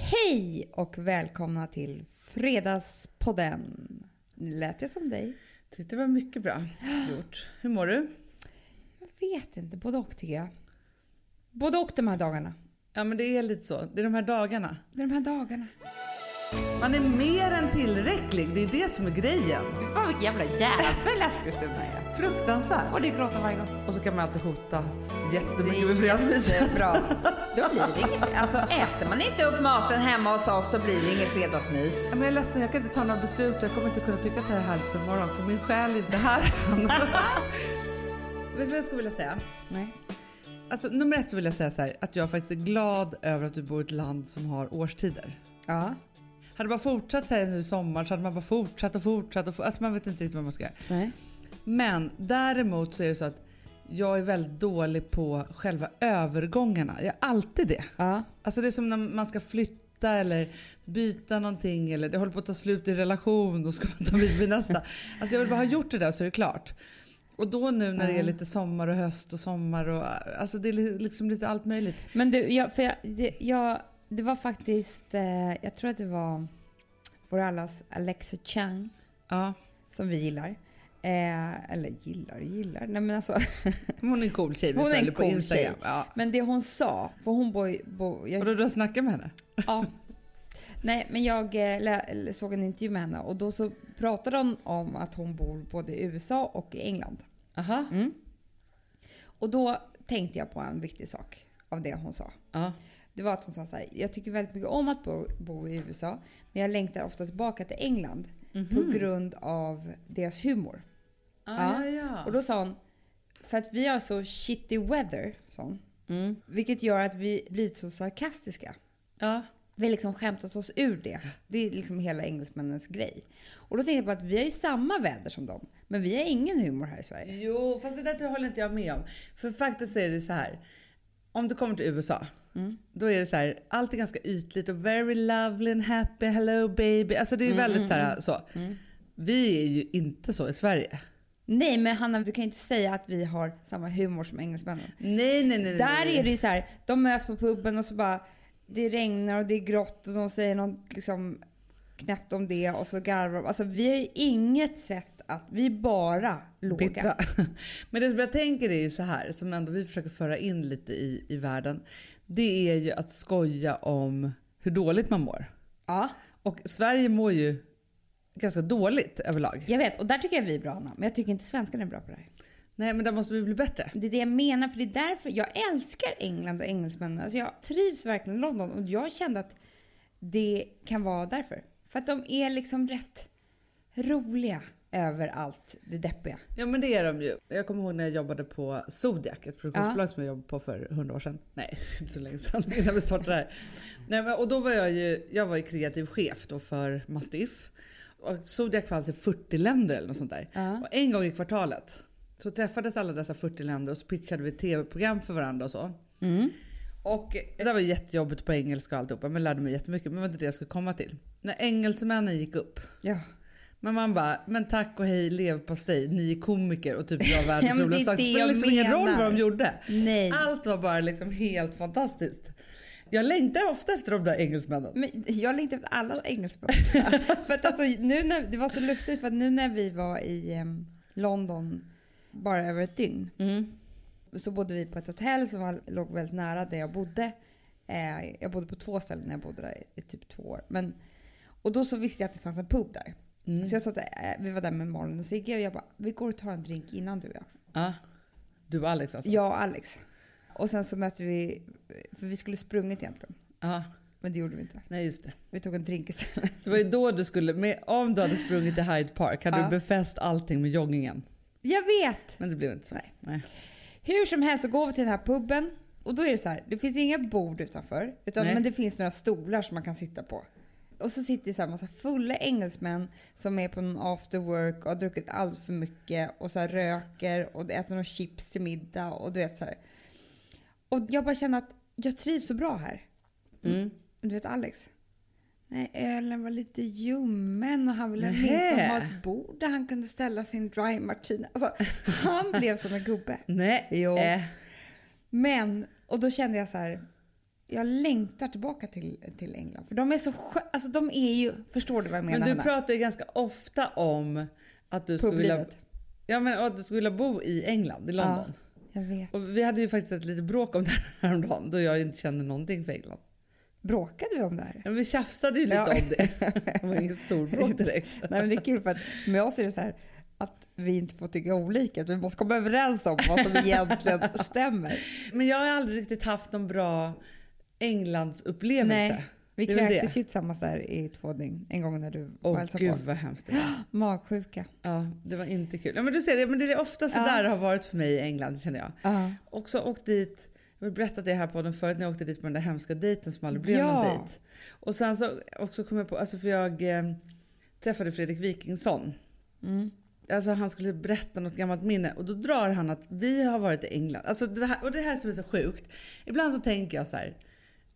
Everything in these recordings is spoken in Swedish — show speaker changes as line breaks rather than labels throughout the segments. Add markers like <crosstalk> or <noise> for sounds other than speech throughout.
Hej och välkomna till Fredagspodden. Lät jag som dig?
Det var mycket bra gjort. Hur mår du?
Jag vet inte, både och tycker jag. Både och de här dagarna.
Ja, men det är lite så. Det är de här dagarna.
Det är De här dagarna.
Man är mer än tillräcklig. Det är det som är grejen.
Fy fan vilken jävla jävel Eskilstuna är.
Fruktansvärt.
Och du gråta varje gång.
Och så kan man alltid hotas
Det
jättemycket med
är
fredagsmyset.
jättebra. Då blir det inget, alltså äter man inte upp maten hemma hos oss så blir det inget fredagsmys.
Ja, Men jag är ledsen, jag kan inte ta några beslut. Jag kommer inte kunna tycka att det här är härligt för imorgon. För min själ är inte här än. <laughs> Vet du vad jag skulle vilja säga?
Nej.
Alltså, nummer ett så vill jag säga så här, att jag faktiskt är glad över att du bor i ett land som har årstider.
Ja.
Hade man fortsatt så här nu i sommar så hade man bara fortsatt och fortsatt och fortsatt. Alltså man vet inte riktigt vad man ska göra.
Nej.
Men däremot så är det så att jag är väldigt dålig på själva övergångarna. Jag är alltid det.
Ja.
Alltså det är som när man ska flytta eller byta någonting eller det håller på att ta slut i en relation och ska man ta vid vid nästa. Alltså jag vill bara ha gjort det där så är det klart. Och då nu när det är lite sommar och höst och sommar och alltså det är li- liksom lite allt möjligt.
Men du, jag, för jag, det, jag, det var faktiskt, eh, jag tror att det var vår allas Alexa Chang
Ja,
som vi gillar. Eh, eller gillar och gillar, nej men alltså. <laughs>
hon är en cool tjej vi
Hon är en
följer på
cool
Instagram.
tjej.
Ja.
Men det hon sa, för hon bor ju- bo,
Och då
jag,
du har snackat med henne?
ja. Nej men jag eh, lä, eller såg en intervju med henne och då så pratade hon om att hon bor både i USA och i England.
Aha. Mm.
Och då tänkte jag på en viktig sak av det hon sa.
Ja.
Det var att hon sa så här, jag tycker väldigt mycket om att bo, bo i USA, men jag längtar ofta tillbaka till England på grund av deras humor.
Ah, ja,
Och
ja.
då sa hon, för att vi har så shitty weather, sa hon,
Mm.
vilket gör att vi blir så sarkastiska.
ja.
Vi har liksom skämtat oss ur det. Det är liksom hela engelsmännens grej. Och då tänkte jag på att vi har ju samma väder som dem, men vi har ingen humor här i Sverige.
Jo, fast det där håller inte jag med om. För faktiskt är det så här. Om du kommer till USA, då är det så här, allt är ganska ytligt och very lovely and happy, hello baby. Alltså det är väldigt så här så. Vi är ju inte så i Sverige.
Nej men Hanna, du kan ju inte säga att vi har samma humor som engelsmännen.
Nej, nej, nej. nej,
Där
nej.
är det ju så här, de möts på puben och så bara, det regnar och det är grått och de säger något liksom knäppt om det och så garvar de. Alltså vi har ju inget sätt att, vi är bara låga.
Bittra. <laughs> Men det som jag tänker är ju så här, som ändå vi försöker föra in lite i, i världen. Det är ju att skoja om hur dåligt man mår.
Ja,
Och Sverige mår ju ganska dåligt överlag.
jag vet. Och där tycker jag vi är bra Anna, men jag tycker inte svenskarna är bra på det här.
Nej, men där måste vi bli bättre.
Det är det jag menar, för det är därför jag älskar England och engelsmännen. Alltså jag trivs verkligen i London och jag kände att det kan vara därför. För att de är liksom rätt roliga över allt det deppiga.
Ja men det är de ju. Jag kommer ihåg när jag jobbade på Zodiac, ett produktionsbolag som jag jobbade på för hundra år sedan. Nej, <laughs> inte så länge sedan innan vi startade det här. Nej, men, och då var jag ju, jag var ju kreativ chef då för Mastiff. Och Zodiac fanns i 40 länder eller något sånt där.
Ja.
Och en gång i kvartalet så träffades alla dessa 40 länder och så pitchade vi tv-program för varandra och så.
Mm.
Och det där var jättejobbigt på engelska och alltihopa men lärde mig jättemycket. Men det var inte det jag skulle komma till. När engelsmännen gick upp
Ja.
men man bara, men tack och hej leverpastej, ni är komiker och typ jag
<laughs> Ja,
är världens
men det är
roligaste sak. Det
det
spelar
jag
liksom ingen roll vad de
menar.
gjorde.
Nej.
Allt var bara liksom helt fantastiskt. Jag längtar ofta efter de där engelsmännen.
Men jag längtar efter alla engelskspråk. <laughs> för att alltså, nu när, det var så lustigt för att nu när vi var i em, London bara över ett dygn så bodde vi på ett hotell som var, låg väldigt nära där jag bodde. Eh, jag bodde på två ställen när jag bodde där i typ två år. Men, och då så visste jag att det fanns en pub där.
Mm.
Så jag sa att eh, vi var där med Malin och Sigge och jag bara, vi går och tar en drink innan du och jag.
Ja. Ah. Du och Alex alltså?
Jag och Alex. Och sen så mötte vi, för vi skulle sprungit egentligen.
Ja.
Men det gjorde vi inte.
Ah, Nej just det.
Vi tog en drink istället.
Det var ju då du skulle, med, om du hade sprungit till Hyde Park hade
Ja.
du befäst allting med joggingen.
Jag vet!
Men det blev inte så.
Nej.
Nej.
Hur som helst så går vi till den här puben och då är det så här, det finns inga bord utanför utan,
Nej.
men det finns några stolar som man kan sitta på. Och så sitter det så här massa fulla engelsmän som är på någon after work och har druckit allt för mycket och så här röker och äter några chips till middag och du vet så här. Och jag bara känner att jag trivs så bra här.
Mm.
Du vet Alex? Nej, ölen var lite ljummen och han ville
Nähä.
åtminstone ha ett bord där han kunde ställa sin dry martini. Alltså, han blev som en gubbe.
Nej.
Jo.
Eh.
Men, och då kände jag så här. jag längtar tillbaka till, till England. För de är så skö- alltså de är ju, förstår du vad jag menar?
Men
Hanna?
du pratar ju ganska ofta om att du skulle vilja,
Publivet.
ja, men, att du skulle vilja bo i England, i London.
Jag vet.
Och vi hade ju faktiskt ett litet bråk om det här häromdagen då jag inte kände någonting för England.
Bråkade vi om det här?
<laughs> Ja, Men vi tjafsade ju lite
Ja.
om det. Det var ingen stor
<laughs>
bråk direkt.
Nej men det är kul för att med oss är det så här att vi inte får tycka olika. utan Vi måste komma överens om vad som egentligen
<laughs>
stämmer.
Men jag har aldrig riktigt haft någon bra Englandsupplevelse.
Nej, Vi
Det är väl det.
kräktes ju tillsammans där i två dygn. En gång när du var och
Åh
hälsade
gud
på.
vad hemskt det var.
Magsjuka.
Ja, det var inte kul. Ja, men du ser, det, men det är ofta så
Ja.
där det har varit för mig i England känner jag.
Ja.
Också åkt dit, jag har berättat det här på den förut när jag åkte dit på den där hemska dejten som aldrig blev
Ja.
någon dejt. Och sen så också kom jag på, alltså för jag eh, träffade Fredrik Wikingsson.
Mm.
Alltså han skulle berätta något gammalt minne och då drar han att vi har varit i England. Alltså det här, och det här som är så sjukt. Ibland så tänker jag så här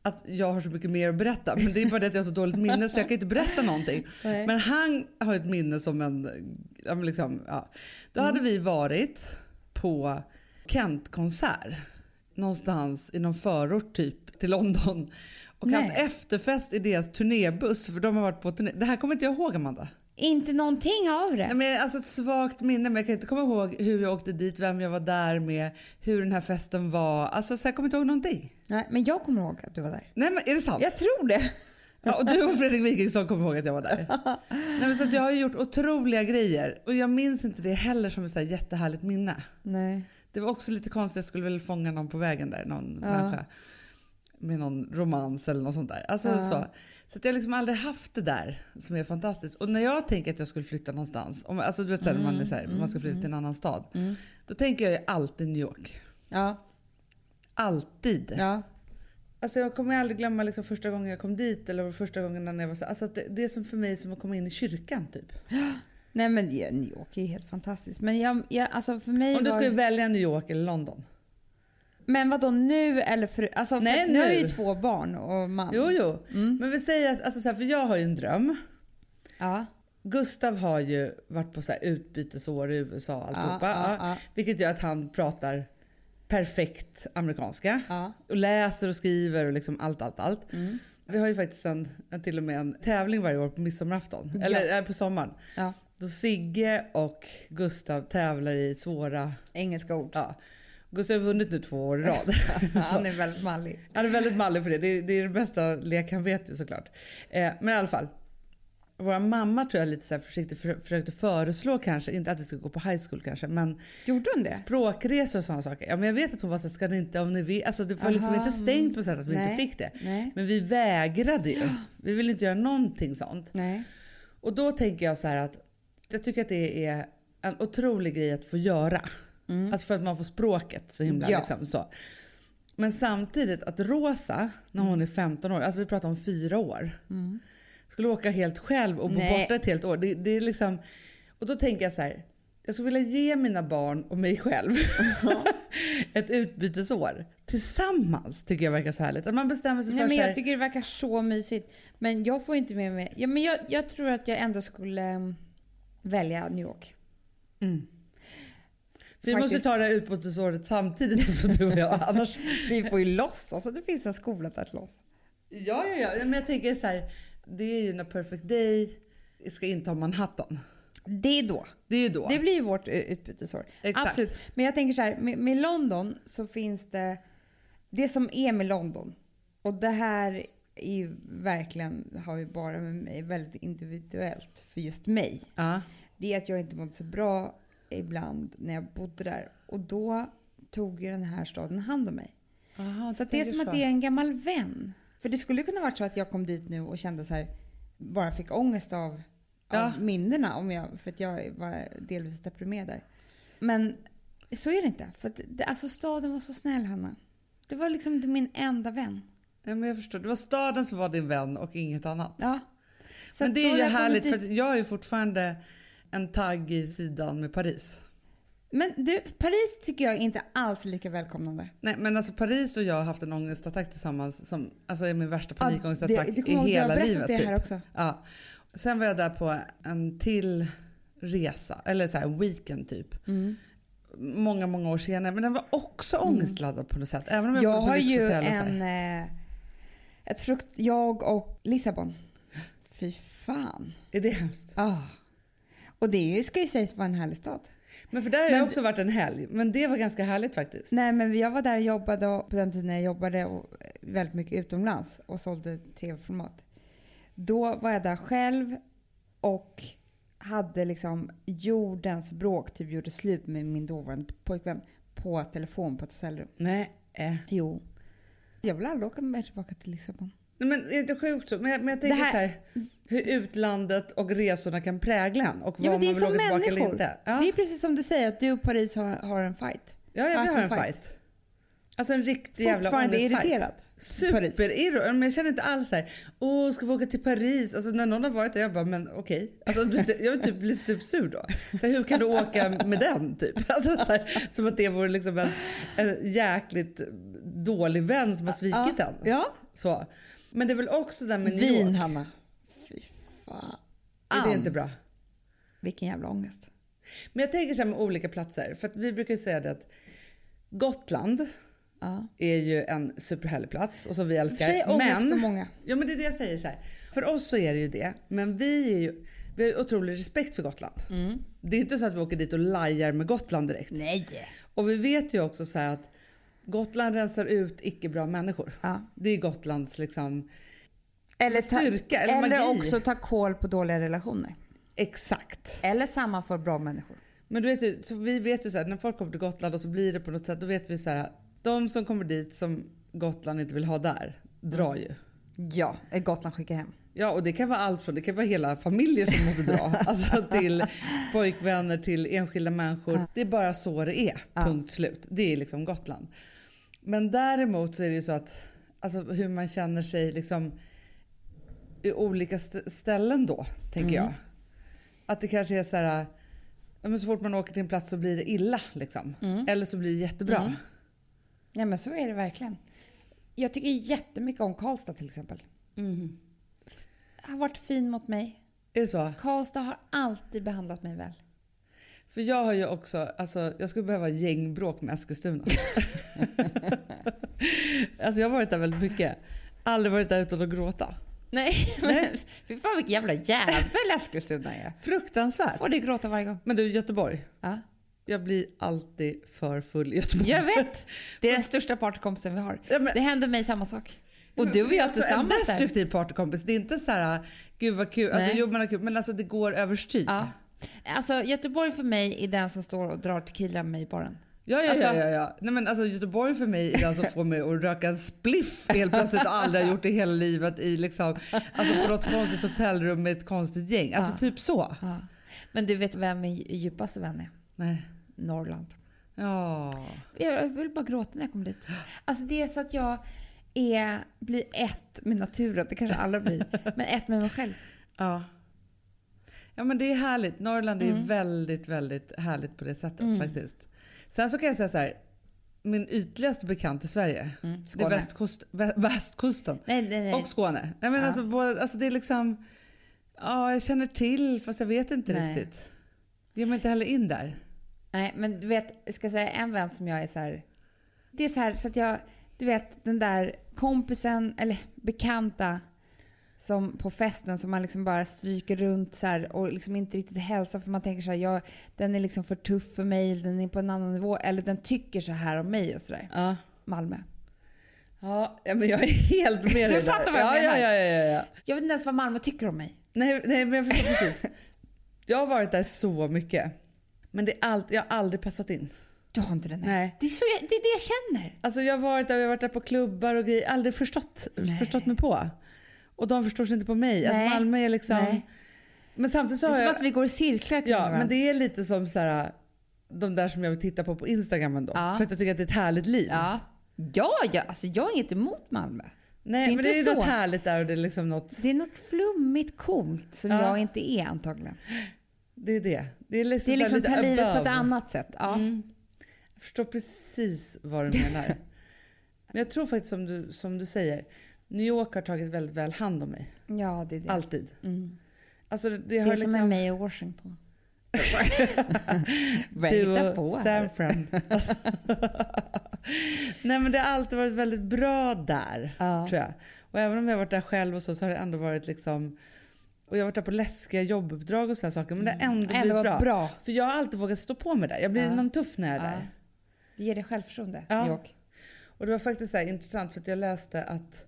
att jag har så mycket mer att berätta men det är bara det att jag har så dåligt minne så jag kan inte berätta någonting.
Nej.
Men han har ett minne som en... ja, men Liksom, ja. Då hade vi varit på Kent-konsert. Någonstans i någon förort typ till London. Och
Nej.
haft efterfest i deras turnébuss. För de har varit på turné. Det här kommer inte jag ihåg Amanda.
Inte någonting av
Nej,
det.
men alltså ett svagt minne men jag kan inte komma ihåg hur jag åkte dit, vem jag var där med, hur den här festen var. Alltså så jag kommer inte ihåg någonting.
Nej, men jag kommer ihåg att du var där.
Nej men är det sant?
Jag tror det.
Ja, och du och Fredrik Wikingsson kommer ihåg att jag
<laughs>
var där. Nej, men så att jag har ju gjort otroliga grejer och jag minns inte det heller som ett så här jättehärligt minne.
Nej.
Det var också lite konstigt, jag skulle väl fånga någon på vägen där, någon
Ja.
människa. Med någon romans eller något sånt där. Alltså,
Ja.
så. så att jag har liksom aldrig haft det där som är fantastiskt. Och när jag tänker att jag skulle flytta någonstans, om, alltså du vet såhär, när man, är så här, man ska flytta till en annan stad.
Mm.
Då tänker jag ju alltid New York.
Ja.
Alltid.
ja.
Alltså jag kommer ju aldrig glömma liksom första gången jag kom dit eller första gången när jag var så Alltså att det, det är som för mig som att komma in i kyrkan typ.
Nej men det- New York är ju helt fantastiskt. Men jag, jag, alltså för mig
Om du
var...
skulle välja New York eller London.
Men vadå nu eller för... Alltså för
Nej,
nu har jag
nu.
ju två barn och man.
Jo, jo.
Mm.
Men vi säger att, alltså så här, för jag har ju en dröm.
Ja.
Gustav har ju varit på så här utbytesår i USA och alltihopa.
ja,
ja.
ja.
Vilket gör att han pratar perfekt amerikanska.
Ja. Mm.
Och läser och skriver och liksom allt, allt, allt. Vi har ju faktiskt en, en, till och med en tävling varje år på midsommarafton.
Ja.
Eller eh, på sommaren.
ja.
Då Sigge och Gustav tävlar i svåra...
Engelska
<laughs>
ord.
Ja. Gustav har vunnit nu två år i rad.
Han är väldigt mallig.
Han är väldigt mallig för det. Det är, det är det bästa lek han vet ju såklart. Eh, men i alla fall. Vår mamma tror jag lite så här försiktigt för, försökte föreslå kanske, inte att vi skulle gå på high school kanske, men
Gjorde hon det?
språkresor och sådana saker. Ja, men jag vet att hon var såhär, ska ni inte, om ni vill. Alltså det var liksom
Aha, mm.
inte stängt på sätt att vi
Nej.
inte fick det.
Nej.
Men vi vägrade ju. Vi ville inte göra någonting sånt.
Nej.
Och då tänker jag så här att jag tycker att det är en otrolig grej att få göra. Alltså för att man får språket så himla
Mm. Ja.
liksom så. Men samtidigt att Rosa, när
Mm.
hon är 15 år, alltså vi pratar om fyra år. Skulle åka helt själv och bo
Nej.
borta ett helt år. Det, det är liksom, och då tänker jag så här. Jag skulle vilja ge mina barn och mig själv <laughs> ett utbytesår. Tillsammans tycker jag verkar så härligt. Att man bestämmer sig
Nej,
Alltså,
men
för så här,
jag tycker det verkar så mysigt. Men jag får inte med mig... Ja, men jag, jag tror att jag ändå skulle mm, välja New York.
Mm. Vi måste
Faktiskt.
ta det här utbytesåret samtidigt också du och jag. Annars...
Vi får ju låtsas att det finns en skola där att låtsas.
<laughs> Ja, ja, ja. Men jag tänker så här. Det är ju när Perfect Day ska inta Manhattan.
Det är då.
Det är ju då.
Det blir ju vårt eh, utbytesår.
Exakt.
Absolut. Men jag tänker så här, med, med London så finns det... Det som är med London, och det här är ju verkligen, har ju bara med mig, väldigt individuellt för just mig.
Ja.
Det är att jag inte mådde så bra ibland när jag bodde där. Och då tog ju den här staden hand om mig.
Aha,
Så att det är som att det är en gammal vän. För det skulle kunna varit så att jag kom dit nu och kände så här, bara fick ångest av, av
Ja.
minnena. Om jag, för att jag var delvis deprimerad där. Men så är det inte. För att det, alltså staden var så snäll Hanna. Det var liksom min enda vän.
Ja, men jag förstår. Det var staden som var din vän och inget annat.
Ja. Så
men
att
det
då
är ju
när jag kommer
härligt
dit-
för att jag är ju fortfarande en tagg i sidan med Paris.
Men du, Paris tycker jag inte alls är lika välkomnande.
Nej men alltså Paris och jag har haft en ångestattack tillsammans som alltså är min värsta
Ja,
panikångestattack
det- det kommer
i
jag ihåg, du har
hela
berättat
livet.
det
typ.
här också.
Ja. Sen var jag där på en till resa, eller så här, en weekend typ.
Mm.
Många, många år senare. Men den var också ångestladdad på något sätt. Även om jag,
Jag
bodde på
har ju
lyxhotell och så här.
en eh, Ett frukt... Jag och Lissabon. Fy fan.
Är det hemskt?
Ah. Och det är ju- ska ju sägas vara en härlig stad.
Men för där har
Men-
jag också varit en helg. Men det var ganska härligt faktiskt.
Nej men jag var där och jobbade och på den tiden jag jobbade och eh, väldigt mycket utomlands och sålde tv-format. Då var jag där själv och hade liksom jordens bråk, typ gjorde slut med min dåvarande pojkvän på telefon på ett hotellrum.
Nej. eh.
Jo. Jag vill aldrig åka med tillbaka till Lissabon.
Nej, men är det sjukt så? Men jag, men jag tänker
Det här-
så här, hur utlandet och resorna kan prägla en och vad
Ja, men det är
man vill
som
åka tillbaka eller
människor.
inte. Ja,
Det är precis som du säger att du och Paris har, har en fight.
ja, ja vi
Fight
har en
and
fight.
fight.
Alltså en riktig jävla
Fortfarande
ångestfight.
irriterad.
Superirro. Men jag känner inte alls så här, åh ska vi åka till Paris? Alltså när någon har varit där, jag bara, men okej.
<laughs>
Alltså, du vet, jag är typ, blir typ sur då. Så här, hur kan du åka med den typ? <laughs> Alltså, så här, som att det vore liksom en, en jäkligt dålig vän som har svikit
Ja.
en.
Ja.
Så. Men det är väl också det där med New York.
Vin Hanna. Fy fan.
Är det inte bra?
Vilken jävla ångest.
Men jag tänker så här med olika platser. För att vi brukar ju säga det att Gotland
Ja.
är ju en superhärlig plats och som vi
Tjej,
älskar.
ångest för
Men,
många.
ja, men det är det jag säger så här. För oss så är det ju det. Men vi, är ju, vi har ju otrolig respekt för Gotland.
Mm.
Det är inte så att vi åker dit och lajar med Gotland direkt.
Nej.
Och vi vet ju också så här att Gotland rensar ut icke bra människor.
Ja.
Det är Gotlands liksom
Eller, ta,
styrka eller,
eller,
magi.
också ta koll på dåliga relationer.
Exakt.
Eller samma för bra människor.
Men du vet ju, så vi vet ju så här, när folk kommer till Gotland och så blir det på något sätt, då vet vi så här, de som kommer dit som Gotland inte vill ha där, drar ju.
Ja, eh, Gotland skickar hem.
Ja, och det kan vara allt från, det kan vara hela familjer som måste dra, alltså till pojkvänner, till enskilda människor. Det är bara så det är,
Ja.
punkt slut. Det är liksom Gotland. Men däremot så är det ju så att, alltså hur man känner sig liksom i olika st- ställen då, tänker jag. Att det kanske är så här, ja, men så fort man åker till en plats så blir det illa liksom. Eller så blir det jättebra.
Nej men så är det verkligen. Jag tycker jättemycket om Karlstad till exempel. Har varit fin mot mig.
Är det så?
Karlstad har alltid behandlat mig väl.
För jag har ju också, alltså jag skulle behöva gängbråk med <laughs> Eskilstuna. alltså jag har varit där väldigt mycket. Aldrig varit där utan att gråta.
Nej, <laughs> men fy fan vilken jävla jävel Eskilstuna är.
Fruktansvärt.
Får du gråta varje gång.
Men du Göteborg.
Ja.
Jag blir alltid för full i Göteborg.
Jag vet. Det är den största partykompisen vi har.
Ja, men-
Det händer mig samma sak. Och
Men
du och
det är
jag
också
tillsammans
En
där.
destruktiv partykompis. Det är inte så här, gud vad kul. Alltså
Nej.
jo man har kul men alltså det går överstyr.
Ja. Alltså Göteborg för mig är den som står och drar tequila med mig i baren.
Ja, ja,
Alltså-
ja, ja, ja. Nej, men alltså, Göteborg för mig är den som får mig att röka en spliff helt plötsligt och aldrig har gjort det hela livet i liksom, alltså, på något konstigt hotellrum med ett konstigt gäng. Alltså
Ja.
typ så.
Ja. Men du vet vem min djupaste vän är?
Nej.
Norrland.
Ja.
Jag vill bara gråta när jag kommer dit. Alltså det är så att jag är, blir ett med naturen, det kanske alla blir, men ett med mig själv.
ja. Ja men det är härligt. Norrland
Mm.
är väldigt, väldigt härligt på det sättet faktiskt. Sen så kan jag säga så här. Min ytligaste bekant i Sverige. det är
Mm, Skåne.
västkust, vä- västkusten.
Nej, nej, nej.
Och Skåne. Nej, men
Ja.
alltså, båda, alltså det är liksom... Ja, jag känner till fast jag vet inte
Nej.
riktigt. Det ger mig inte heller in där.
Nej, men du vet, jag ska säga en vän som jag är så här. Det är så här så att jag, du vet den där kompisen eller bekanta som på festen som man liksom bara stryker runt så här och liksom inte riktigt hälsar för man tänker så här, jag, den är liksom för tuff för mig, eller den är på en annan nivå eller den tycker så här om mig och sådär.
Ja.
Malmö.
Ja, men jag är helt <laughs> med dig
Du
där.
fattar vad jag
ja,
menar.
Ja, ja, ja, ja.
Jag vet inte ens vad Malmö tycker om mig.
Nej, nej, men jag förstår precis. Jag har varit där så mycket. Men det är allt, jag har aldrig passat in.
Du har inte den här.
Nej.
Det är, så jag, det är det jag känner.
Alltså jag har varit där, jag har varit där på klubbar och grejer. Aldrig förstått,
Nej.
förstått mig på. Och de förstår sig inte på mig. Alltså
Nej.
Malmö är liksom...
Nej.
Men samtidigt
Det
så har
är som
jag...
att vi går i cirklar kring
Ja,
varandra.
men det är lite som så här, de där som jag vill titta på på Instagram ändå.
Ja.
För att jag tycker att det är ett härligt liv.
Ja. Ja, ja, alltså jag har inget emot Malmö.
Nej,
Det är
men det
inte
är
så.
något härligt där och det är liksom något...
Det är något flummigt coolt som
Ja.
jag inte är antagligen.
Det är det. Det är liksom,
Det är
så här
liksom
lite
ta livet på
above. Mm.
ett annat sätt. Ja.
Jag förstår precis
<laughs>
vad du menar. men jag tror faktiskt som du, som du säger, New York har tagit väldigt väl hand om mig.
ja, det är det.
Alltid.
Mm.
Alltså det, det
Det
har
är som med
liksom...
mig i Washington.
<laughs>
Vad jag
Du
hittar
och
på
San
här. <laughs>
<laughs> Fran. Alltså. Nej men det har alltid varit väldigt bra där.
Ja.
tror jag. Och även om jag har varit där själv och så, så har det ändå varit liksom... Och jag har varit där på läskiga jobbuppdrag och sådana saker. Men det har ändå blivit
Mm. Ändå
bra.
bra. bra.
För jag har alltid vågat stå på mig där. Jag blir
Ja.
någon tuff när jag är
Ja.
där.
Det ger dig självförtroende,
Ja.
New York.
Och det var faktiskt så här intressant för att jag läste att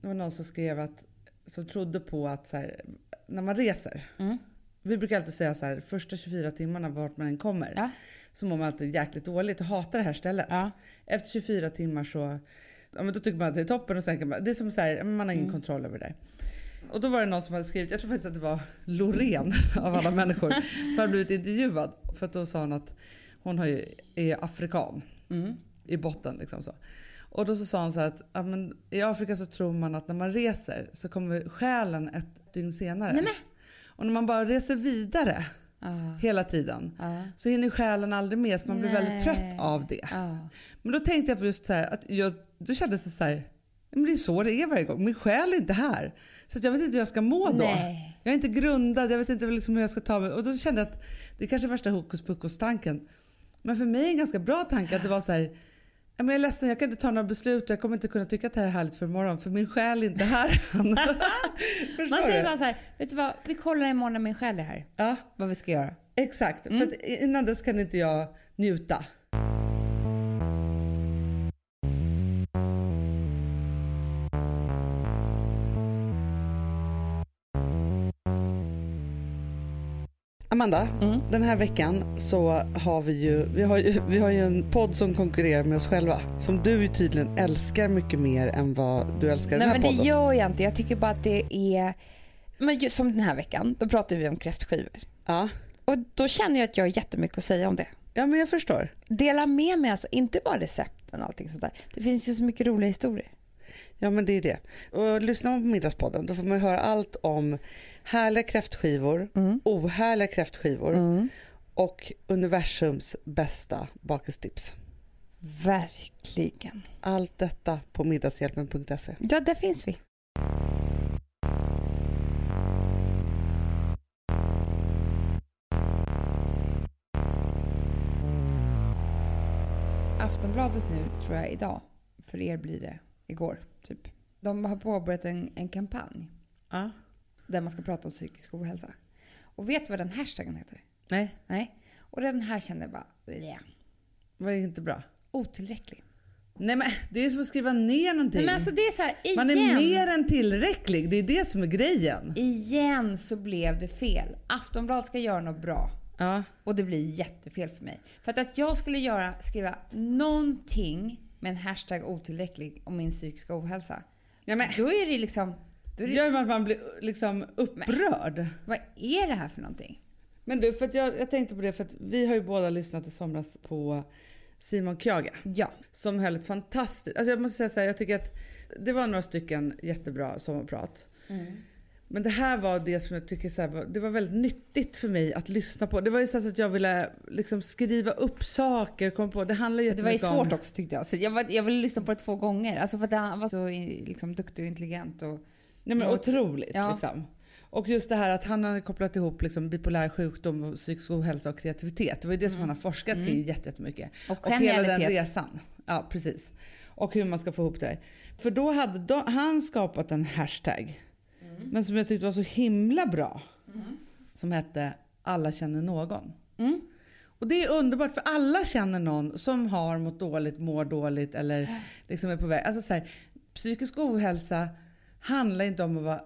det var någon som skrev att, som trodde på att så här, när man reser.
Mm.
Vi brukar alltid säga så här, första 24 timmarna vart man än kommer
Ja.
så mår man alltid jäkligt dåligt och hatar det här stället.
Ja.
Efter 24 timmar så, ja men då tycker man att det är toppen och sen kan man, det är som så här, man har ingen
Mm.
kontroll över det. Och då var det någon som hade skrivit, jag tror faktiskt att det var Loreen <laughs> av alla människor, som hade blivit intervjuad. För att då sa hon att hon har ju, är afrikan
Mm.
i botten. Liksom så. Och då så sa han så här att ja, men, i Afrika så tror man att när man reser så kommer själen ett dygn senare.
Nej, men.
Och när man bara reser vidare
Ja.
hela tiden
Ja.
så hinner själen aldrig med så man blir väldigt
Nej.
trött av det.
Ja.
Men då tänkte jag på just så här att jag, då kändes det så här, ja, men det är så det är varje gång. Min själ är inte här. Så att jag vet inte hur jag ska må då.
Nej.
Jag är inte grundad, jag vet inte liksom hur jag ska ta mig. Och då kände jag att det kanske är värsta hokus pokus tanken. Men för mig är en ganska bra tanke att det var så här. "Ja, men Jag är ledsen, jag kan inte ta några beslut och jag kommer inte kunna tycka att det här är härligt för imorgon för min själ är inte här <laughs> än. Förstår
Man säger
du?
bara så här, vet du vad, vi kollar imorgon när min själ är här.
Ja,
Vad vi ska göra.
exakt.
Mm.
För att innan dess kan inte jag njuta. Amanda,
Mm.
den här veckan så har vi ju, vi har ju, vi har ju en podd som konkurrerar med oss själva. Som du ju tydligen älskar mycket mer än vad du älskar
Nej
den här
men det
podden.
gör jag inte. Jag tycker bara att det är... Men ju- som den här veckan, då pratade vi om kräftskivor.
Ja.
Och då känner jag att jag har jättemycket att säga om det.
ja, men jag förstår.
Dela med mig alltså, inte bara recepten och allting sånt där. Det finns ju så mycket roliga historier.
Ja men det är det. Och lyssnar man på Middagspodden då får man ju höra allt om härliga kräftskivor, ohärliga kräftskivor och universums bästa bakestips.
Verkligen.
Allt detta på middagshjälpen.se.
Ja, där finns vi. Aftonbladet nu, tror jag, idag. För er blir det igår, typ. De har påbörjat en, en kampanj
Ja.
där man ska prata om psykisk ohälsa. Och vet du vad den hashtaggen heter?
Nej,
Nej. Och den här kände jag bara, yeah.
det var inte bra.
otillräcklig.
Nej men det är som att skriva ner någonting.
Men alltså det är så här, igen.
man är mer än tillräcklig, det är det som är grejen.
Igen så blev det fel. Aftonbladet ska göra något bra.
Ja.
Och det blir jättefel för mig. För att, att jag skulle göra, skriva någonting med en hashtag otillräcklig om min psykiska ohälsa.
Ja, men,
Då är det liksom... Då är
det
det,
gör ju att man blir liksom upprörd.
Vad är det här för någonting?
Men du, för att jag, jag tänkte på det för att vi har ju båda lyssnat i somras på Simon Kjaga.
Ja.
som höll ett fantastiskt... Alltså jag måste säga så här, jag tycker att det var några stycken jättebra sommarprat. Men det här var det som jag tycker så här, var- det var väldigt nyttigt för mig att lyssna på. Det var ju så här så att jag ville liksom skriva upp saker, kom på. Det handlar ju
Det var ju
jättemycket om-
svårt också tyckte jag. Så jag, var, jag ville lyssna på det två gånger. Alltså för att han var så i- liksom, duktig och intelligent. Och,
Nej men
Ja.
otroligt
Ja.
liksom. Och just det här att han har kopplat ihop liksom bipolär sjukdom, och psykisk ohälsa och kreativitet. Det var ju det som han har forskat kring jätte- jättemycket.
Mm. Och
och hela den
genialitet.
resan. Ja precis. Och hur man ska få ihop det där. För då hade de, han skapat en hashtag.
Mm.
Men som jag tyckte var så himla bra. Som hette Alla känner någon.
Mm.
Och det är underbart för alla känner någon som har mått dåligt, mår dåligt eller liksom är på väg. Alltså så här, psykisk ohälsa handlar inte om att vara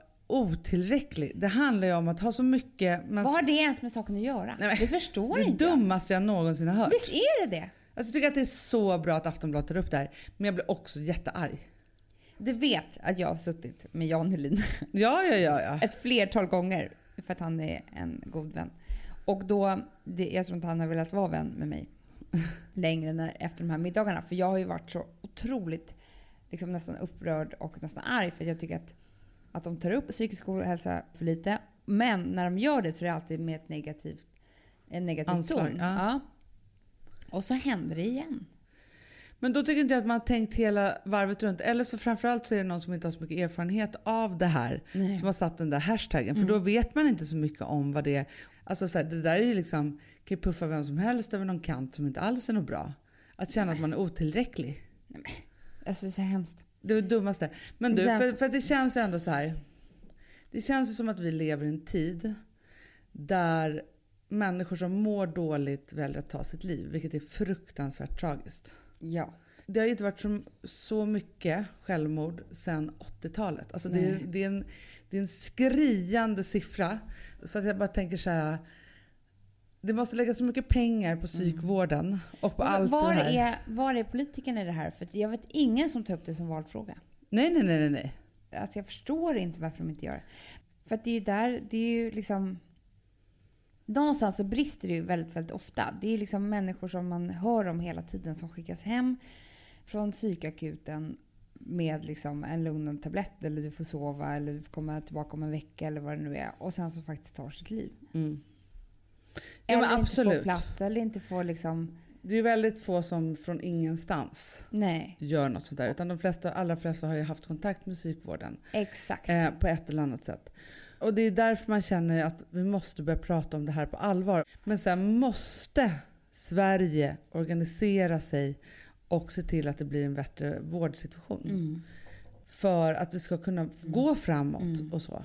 otillräcklig. Det handlar ju om att ha så mycket... Man,
Vad har det ens med saken att göra?
Nej, men-
det förstår
det
inte jag.
dummaste jag någonsin har hört.
Visst är det det?
Alltså, jag tycker att det är så bra att Aftonbladet tar upp det här. Men jag blir också jättearg.
Du vet att jag har suttit med Jan Helin
Ja, ja, ja. ja.
ett flertal gånger för att han är en god vän. Och då, det, jag tror inte han har velat vara vän med mig <laughs> längre när, efter de här middagarna. För jag har ju varit så otroligt liksom nästan upprörd och nästan arg för att jag tycker att, att de tar upp psykisk ohälsa för lite. Men när de gör det så är det alltid med ett negativt, en negativ
Anslag,
ton.
ja.
Och så händer det igen.
Men då tycker inte jag att man har tänkt hela varvet runt. Eller så framförallt så är det någon som inte har så mycket erfarenhet av det här.
Nej.
Som har satt den där hashtaggen. För då vet man inte så mycket om vad det är. Alltså så här, det där är ju liksom, kan ju puffa vem som helst över någon kant som inte alls är något bra. Att känna att man är otillräcklig.
Alltså det är så hemskt.
Det var det dummaste. Men du,
Jämf-
för, för att det känns ju ändå så här. Det känns ju som att vi lever i en tid där människor som mår dåligt väljer att ta sitt liv, vilket är fruktansvärt tragiskt.
Ja.
Det har ju inte varit så, så mycket självmord sedan 80-talet. Alltså det, är,
Nej.
det, är en, det är en skriande siffra. Så att jag bara tänker så här. Det måste läggas så mycket pengar på psykvården och på
Mm. Men
allt
var,
det här.
är, var är politikerna i det här? För att jag vet ingen som tar upp det som valfråga.
Nej, nej, nej, nej, nej.
Alltså jag förstår inte varför de inte gör det. För att det är ju där, det är ju liksom... Någonstans så brister det ju väldigt, väldigt ofta. Det är liksom människor som man hör om hela tiden som skickas hem från psykakuten med liksom en lugnande tablett eller du får sova eller du får komma tillbaka om en vecka eller vad det nu är. Och sen så faktiskt tar sitt liv.
Mm. Ja,
Eller
men
inte
absolut.
får plats eller inte får liksom...
Det är ju väldigt få som från ingenstans
Nej,
gör något sånt där. Utan de flesta, allra flesta har ju haft kontakt med psykvården
exakt.
eh, på ett eller annat sätt. Och det är därför man känner att vi måste börja prata om det här på allvar. Men sen måste Sverige organisera sig och se till att det blir en bättre vårdsituation.
Mm.
För att vi ska kunna f- gå framåt
Mm.
och så.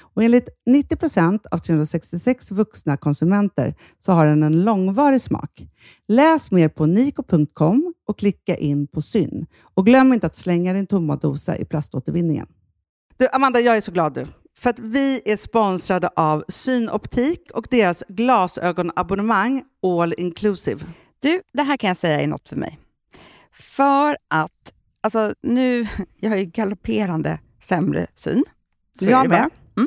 Och enligt 90 av 366 vuxna konsumenter så har den en långvarig smak. Läs mer på niko.com och klicka in på Syn. Och glöm inte att slänga din tomma dosa i plaståtervinningen. Du, Amanda, jag är så glad du. För att vi är sponsrade av Synoptik och deras glasögonabonnemang All Inclusive.
Du, det här kan jag säga är något för mig. För att, alltså nu, <laughs> jag har ju galopperande sämre syn. Så är
jag
det Mm.
med.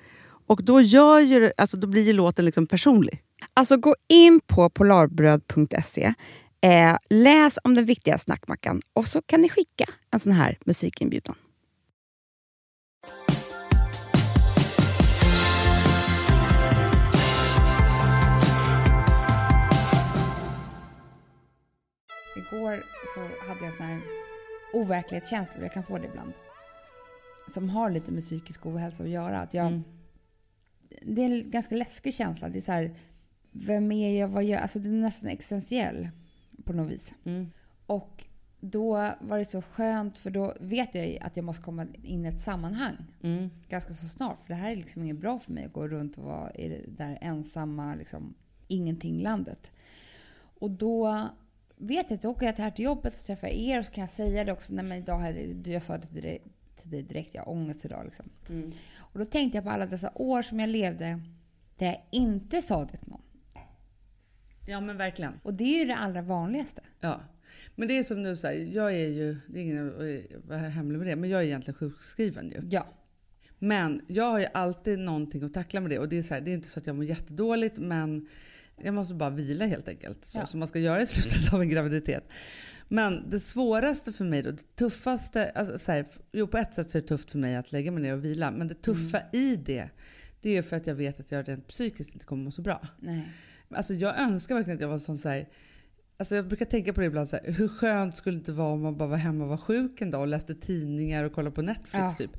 Och då, gör ju, det- alltså, då blir ju låten liksom personlig.
Alltså gå in på polarbröd.se, eh, läs om den viktiga snackmackan och så kan ni skicka en sån här musikinbjudan.
Igår så hade jag sån här overklighetskänslor, jag kan få det ibland. Som har lite med psykisk ohälsa att göra. Att jag, Det är en ganska läskig känsla. Det är så här, vem är jag, vad gör jag? Alltså det är nästan existentiell på något vis.
Mm,
Och då var det så skönt för då vet jag ju att jag måste komma in i ett sammanhang
mm.
ganska så snart. För det här är liksom inget bra för mig att gå runt och vara i det där ensamma liksom, ingenting-landet. Och då vet jag att då åker jag här till jobbet och träffar er och så kan jag säga det också. Nej men idag hade jag, jag sa det till dig, till dig direkt, jag har ångest idag liksom.
Mm.
Och då tänkte jag på alla dessa år som jag levde där jag inte sa det till någon.
Ja men verkligen.
Och det är ju det allra
<laughs>
vanligaste.
Ja. Men det är som nu så här, jag är ju, det är ingen att vara hemlig med det, men jag är egentligen sjukskriven ju.
Ja.
Men jag har ju alltid någonting att tackla med det och det är, så här, det är inte så att jag mår jättedåligt men jag måste bara vila helt enkelt. Så,
Ja.
Som man ska göra i slutet av en graviditet. Men det svåraste för mig då, det tuffaste, alltså så här, jo på ett sätt så är det tufft för mig att lägga mig ner och vila men det tuffa i det, det är ju för att jag vet att jag rent psykiskt inte kommer må så bra.
Nej.
Alltså jag önskar verkligen att jag var en sån så här. Alltså jag brukar tänka på det ibland, så här, hur skönt skulle det inte vara om man bara var hemma och var sjuk en dag och läste tidningar och kollade på Netflix
Ja.
typ.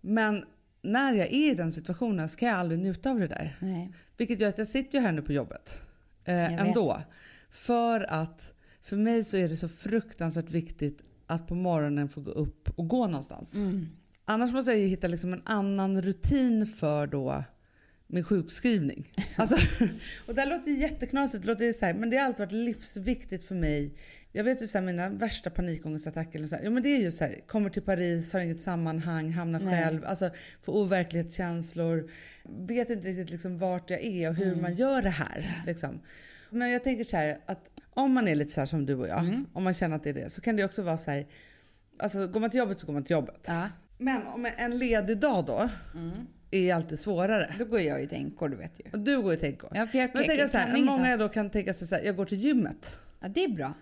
Men när jag är i den situationen så kan jag aldrig njuta av det där.
Nej.
Vilket gör att jag sitter ju här nu på jobbet. Eh,
Jag vet.
ändå. För att för mig så är det så fruktansvärt viktigt att på morgonen få gå upp och gå någonstans.
Mm.
Annars måste jag ju hitta liksom en annan rutin för då min sjukskrivning. Alltså, <laughs> och det här låter jätteknasigt, det låter så här, men det har alltid varit livsviktigt för mig. Jag vet ju så här, mina värsta panikångestattacker, eller så här, ja, men det är ju så här, kommer till Paris, har inget sammanhang, hamnar
Nej.
själv, alltså, får overklighetskänslor. Vet inte riktigt liksom vart jag är och hur man gör det här. Liksom. Men jag tänker så här, att om man är lite så här som du och jag, om man känner att det är det, så kan det också vara så här, alltså går man till jobbet så går man till jobbet.
Ja.
Men om en ledig dag då
Mm.
är alltid svårare.
Då går jag ju till änkor, du vet ju.
Och Du går ju tänko.
Ja, för jag,
Men jag tänker så här,
kan inget
många
annat.
då kan tänka sig så här, jag går till gymmet.
ja, det är bra.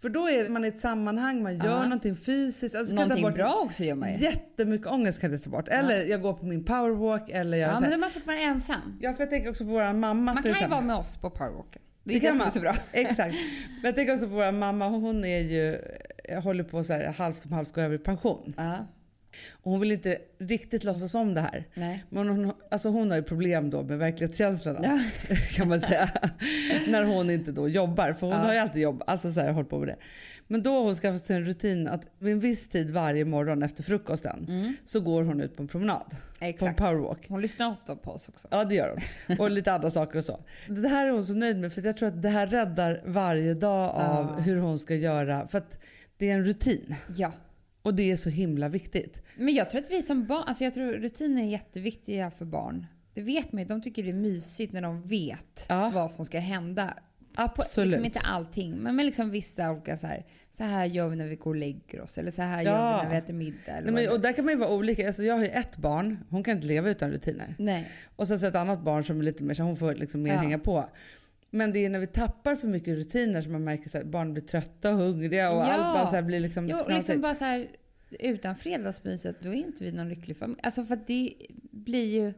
För då är man i ett sammanhang, man gör
Ja.
någonting fysiskt. Alltså, kan
Någonting
ta bort
bra också gör man ju.
Jättemycket ångest kan det ta bort. Eller jag går på min powerwalk. Eller jag,
Ja,
så
men då
här.
har man fått vara ensam.
ja, för jag tänker också på vår mamma
Man
till
kan ju
exempel.
vara med oss på powerwalken. Det, är det som är så bra. <laughs>
Exakt. Men jag tänker också på vår mamma, hon är ju, eh, håller på så här halvt om halvt gå över i pension.
Ja,
Och hon vill inte riktigt låtsas om det här.
nej.
Men hon, alltså hon har ju problem då med verklighetskänslorna
Ja.
<laughs> kan man säga. När hon inte då jobbar. För hon
Ja.
har ju alltid jobb, alltså så här, hållit på med det. Men då har hon skaffat sig en rutin att vid en viss tid varje morgon efter frukosten så går hon ut på en promenad. På en
Mm. Exakt.
powerwalk.
Hon lyssnar ofta på oss också.
Ja det gör
<laughs>
hon. Och lite andra saker och så. Det här är hon så nöjd med för jag tror att det här räddar varje dag av
Ja.
hur hon ska göra. För att det är en rutin.
Ja.
Och det är så himla viktigt.
Men jag tror att vi som barn, alltså jag tror rutiner är jätteviktiga för barn. Det vet man ju. De tycker det är mysigt när de vet
Ja.
vad som ska hända. På,
Absolut.
liksom inte allting, men med liksom vissa olika så här, så här gör vi när vi går och lägger oss. Eller så här gör
Ja.
vi när vi äter middag. Eller
Nej, men,
vad
och
det...
där kan man ju vara olika. Alltså, jag har ju ett barn, hon kan inte leva utan rutiner.
Nej.
Och sen så ett annat barn som är lite mer så hon får liksom mer
Ja.
hänga på. Men det är när vi tappar för mycket rutiner som man märker att barn blir trötta och hungriga och
Ja.
allt bara så här blir liksom
Jo,
lite
och liksom
knasigt.
bara så här, utan fredagsmyset då är inte vi någon lycklig familj. Alltså för att det blir ju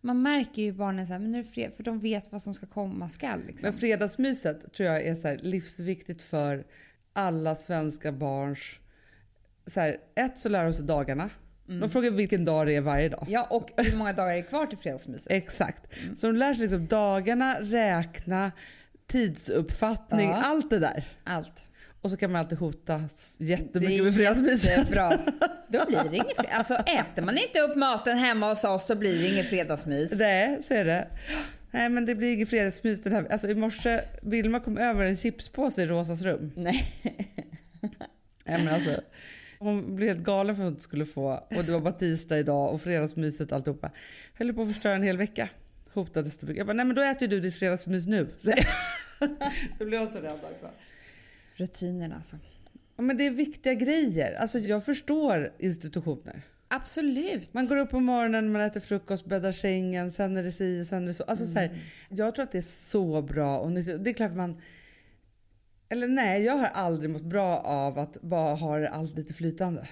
man märker ju barnen så här, men nu är det fred, för de vet vad som ska komma skall. Liksom.
Men fredagsmyset tror jag är så här livsviktigt för alla svenska barns... Så här, ett, så lär de sig dagarna.
Mm.
De frågar vilken dag det är varje dag.
Ja, och hur många dagar är kvar till fredagsmyset?
Exakt.
Mm.
Så de lär sig liksom dagarna, räkna, tidsuppfattning,
Ja.
allt det där.
Allt.
Och så kan man alltid hota s-
Det
jättemycket
är
med fredagsmyset.
jättebra. Då blir det inget fredagsmys. Alltså äter man inte upp maten hemma hos oss så blir det inget fredagsmys.
Nej, så är <laughs> det. Nej men det blir inget fredagsmys den här Alltså i morse, Vilma kom över en chipspåse i Rosas rum.
Nej.
<laughs> Nej, men alltså, hon blev helt galen för att hon inte skulle få och det var bara tisdag idag och fredagsmyset och alltihopa. Höll på att förstöra en hel vecka. Hotades det mycket. Jag bara, nej men då äter ju du ditt fredagsmys nu. <laughs> Så- då blev jag så rädd också.
Rutinen alltså.
Ja, men det är viktiga grejer. Alltså jag förstår institutioner.
Absolut.
Man går upp på morgonen, man äter frukost, bäddar sängen, sen är det si, sen är det så. Alltså, så
Mm.
här, jag tror att det är så bra och nyttigt. Det är klart man... Eller nej, jag har aldrig mått bra av att bara ha det allt lite flytande.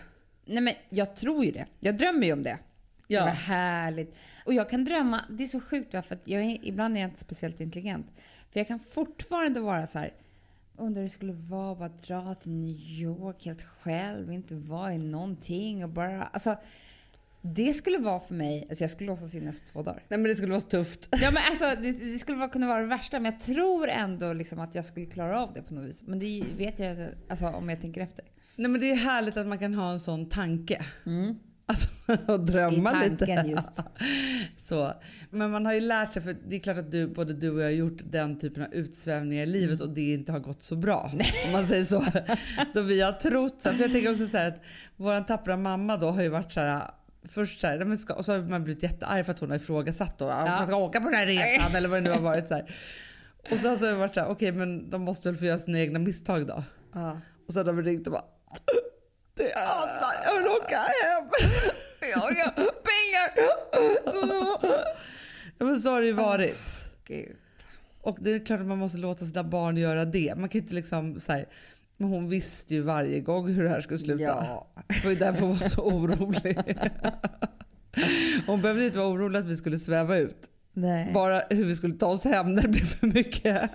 Nej men jag tror ju det. Jag drömmer ju om det.
Ja.
Det var härligt. Och jag kan drömma, det är så sjukt va, för att jag är, ibland är jag inte speciellt intelligent. För jag kan fortfarande vara så här. Undrar hur det skulle vara att bara dra till New York helt själv, inte vara i någonting och bara... Alltså, det skulle vara för mig, alltså jag skulle låsas in efter två dagar.
Nej men det skulle vara så tufft.
Ja, men alltså, det, det skulle vara, kunna vara det värsta, men jag tror ändå liksom att jag skulle klara av det på något vis. Men det är ju- vet jag alltså, om jag tänker efter.
Nej men det är härligt att man kan ha en sån tanke. Alltså <laughs> och drömma
Mm. I
lite.
tanken just.
Så. Men man har ju lärt sig, för det är klart att du, både du och jag har gjort den typen av utsvävningar i livet och det inte har gått så bra. Om man säger så. Då vi har trott så här, För jag tänker också så här att våran tappra mamma då har ju varit så här. Först så här, "Nej, men ska, och så har man blivit jättearg för att hon har ifrågasatt då. Om man ska åka på den här resan eller vad det nu har varit. Så här. Och sen så har vi varit så här, okej men de måste väl få göra sina egna misstag då.
Ja.
Och sen har vi ringt och bara det är Anna, jag vill åka hem.
Ja, ja, pengar!
Ja, men så har det ju varit.
Gud.
Och det är klart att man måste låta sina barn göra det. Man kan ju inte liksom så här, men hon visste ju varje gång hur det här skulle sluta.
Ja.
Det var ju därför hon var så orolig. <laughs> Hon behövde inte vara orolig att vi skulle sväva ut.
Nej.
Bara hur vi skulle ta oss hem när det blev för mycket.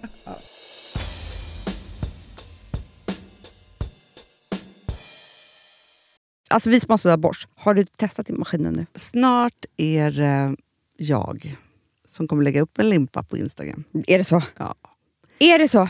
Alltså vi som har suddarborst, har du testat i maskinen nu?
Snart är det jag som kommer lägga upp en limpa på Instagram.
Är det så?
Ja.
Är det så?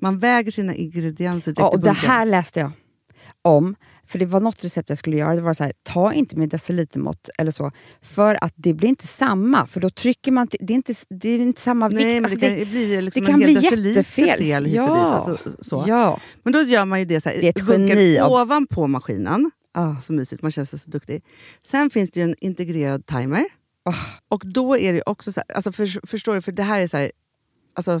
man väger sina ingredienser direkt
Ja, och
i
det
bunken.
här läste jag om. För det var något recept jag skulle göra. Det var så här, ta inte med decilitermått eller så. För att det blir inte samma. För då trycker man... till- Det är inte, det är inte samma vikt.
Nej, men
Alltså,
det kan ju bli liksom
det kan
en hel
bli
deciliter
jättefel.
fel hit och
Ja.
dit. Alltså, så.
Ja.
Men då gör man ju det så här,
Det är ett
bunkar
geni av-
ovanpå maskinen.
Ah.
Så mysigt, man känns så duktig. Sen finns det ju en integrerad timer.
Ah.
Och då är det ju också så här, alltså för, förstår du, för det här är så här, alltså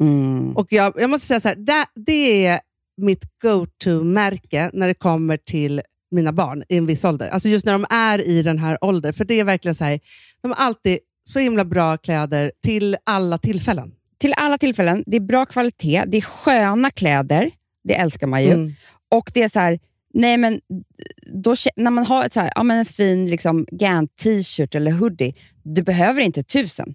Mm.
Och jag, jag måste säga så här, det, det är mitt go-to-märke när det kommer till mina barn i en viss ålder. Alltså just när de är i den här åldern. För det är verkligen så här, de har alltid så himla bra kläder till alla tillfällen.
Till alla tillfällen, det är bra kvalitet, det är sköna kläder, det älskar man ju.
Mm.
Och det är så här, nej men, då, kä- när man har ett så här, ja, men en fin liksom, Gant t-shirt eller hoodie, du behöver inte tusen.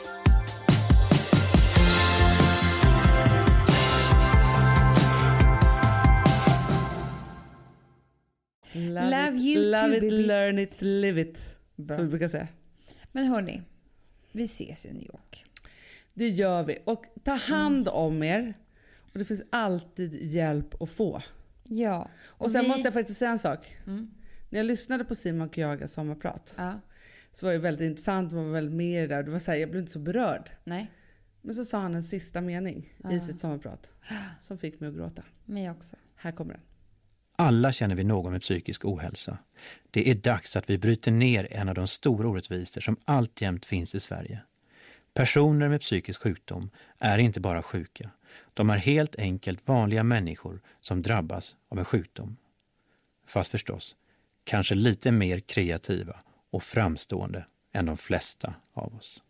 Love,
Love
it,
you
love
too,
it,
baby.
learn it, live it. Som vi brukar säga.
Men hörni, vi ses i New York.
Det gör vi. Och ta hand om er. Och det finns alltid hjälp att få.
Ja.
Och, Mm. sen
vi-
måste jag faktiskt säga en sak. När jag lyssnade på Simon Kyagas sommarprat
Ja,
så var det väldigt intressant. Man var väldigt med i det där. Det var så här, jag blev inte så berörd.
nej,
Men så sa han en sista mening i sitt sommarprat som fick mig att gråta.
men jag också.
Här kommer den.
Alla känner vi någon med psykisk ohälsa. Det är dags att vi bryter ner en av de stora orättvisor som alltjämt finns i Sverige. Personer med psykisk sjukdom är inte bara sjuka. De är helt enkelt vanliga människor som drabbas av en sjukdom. Fast förstås, kanske lite mer kreativa och framstående än de flesta av oss.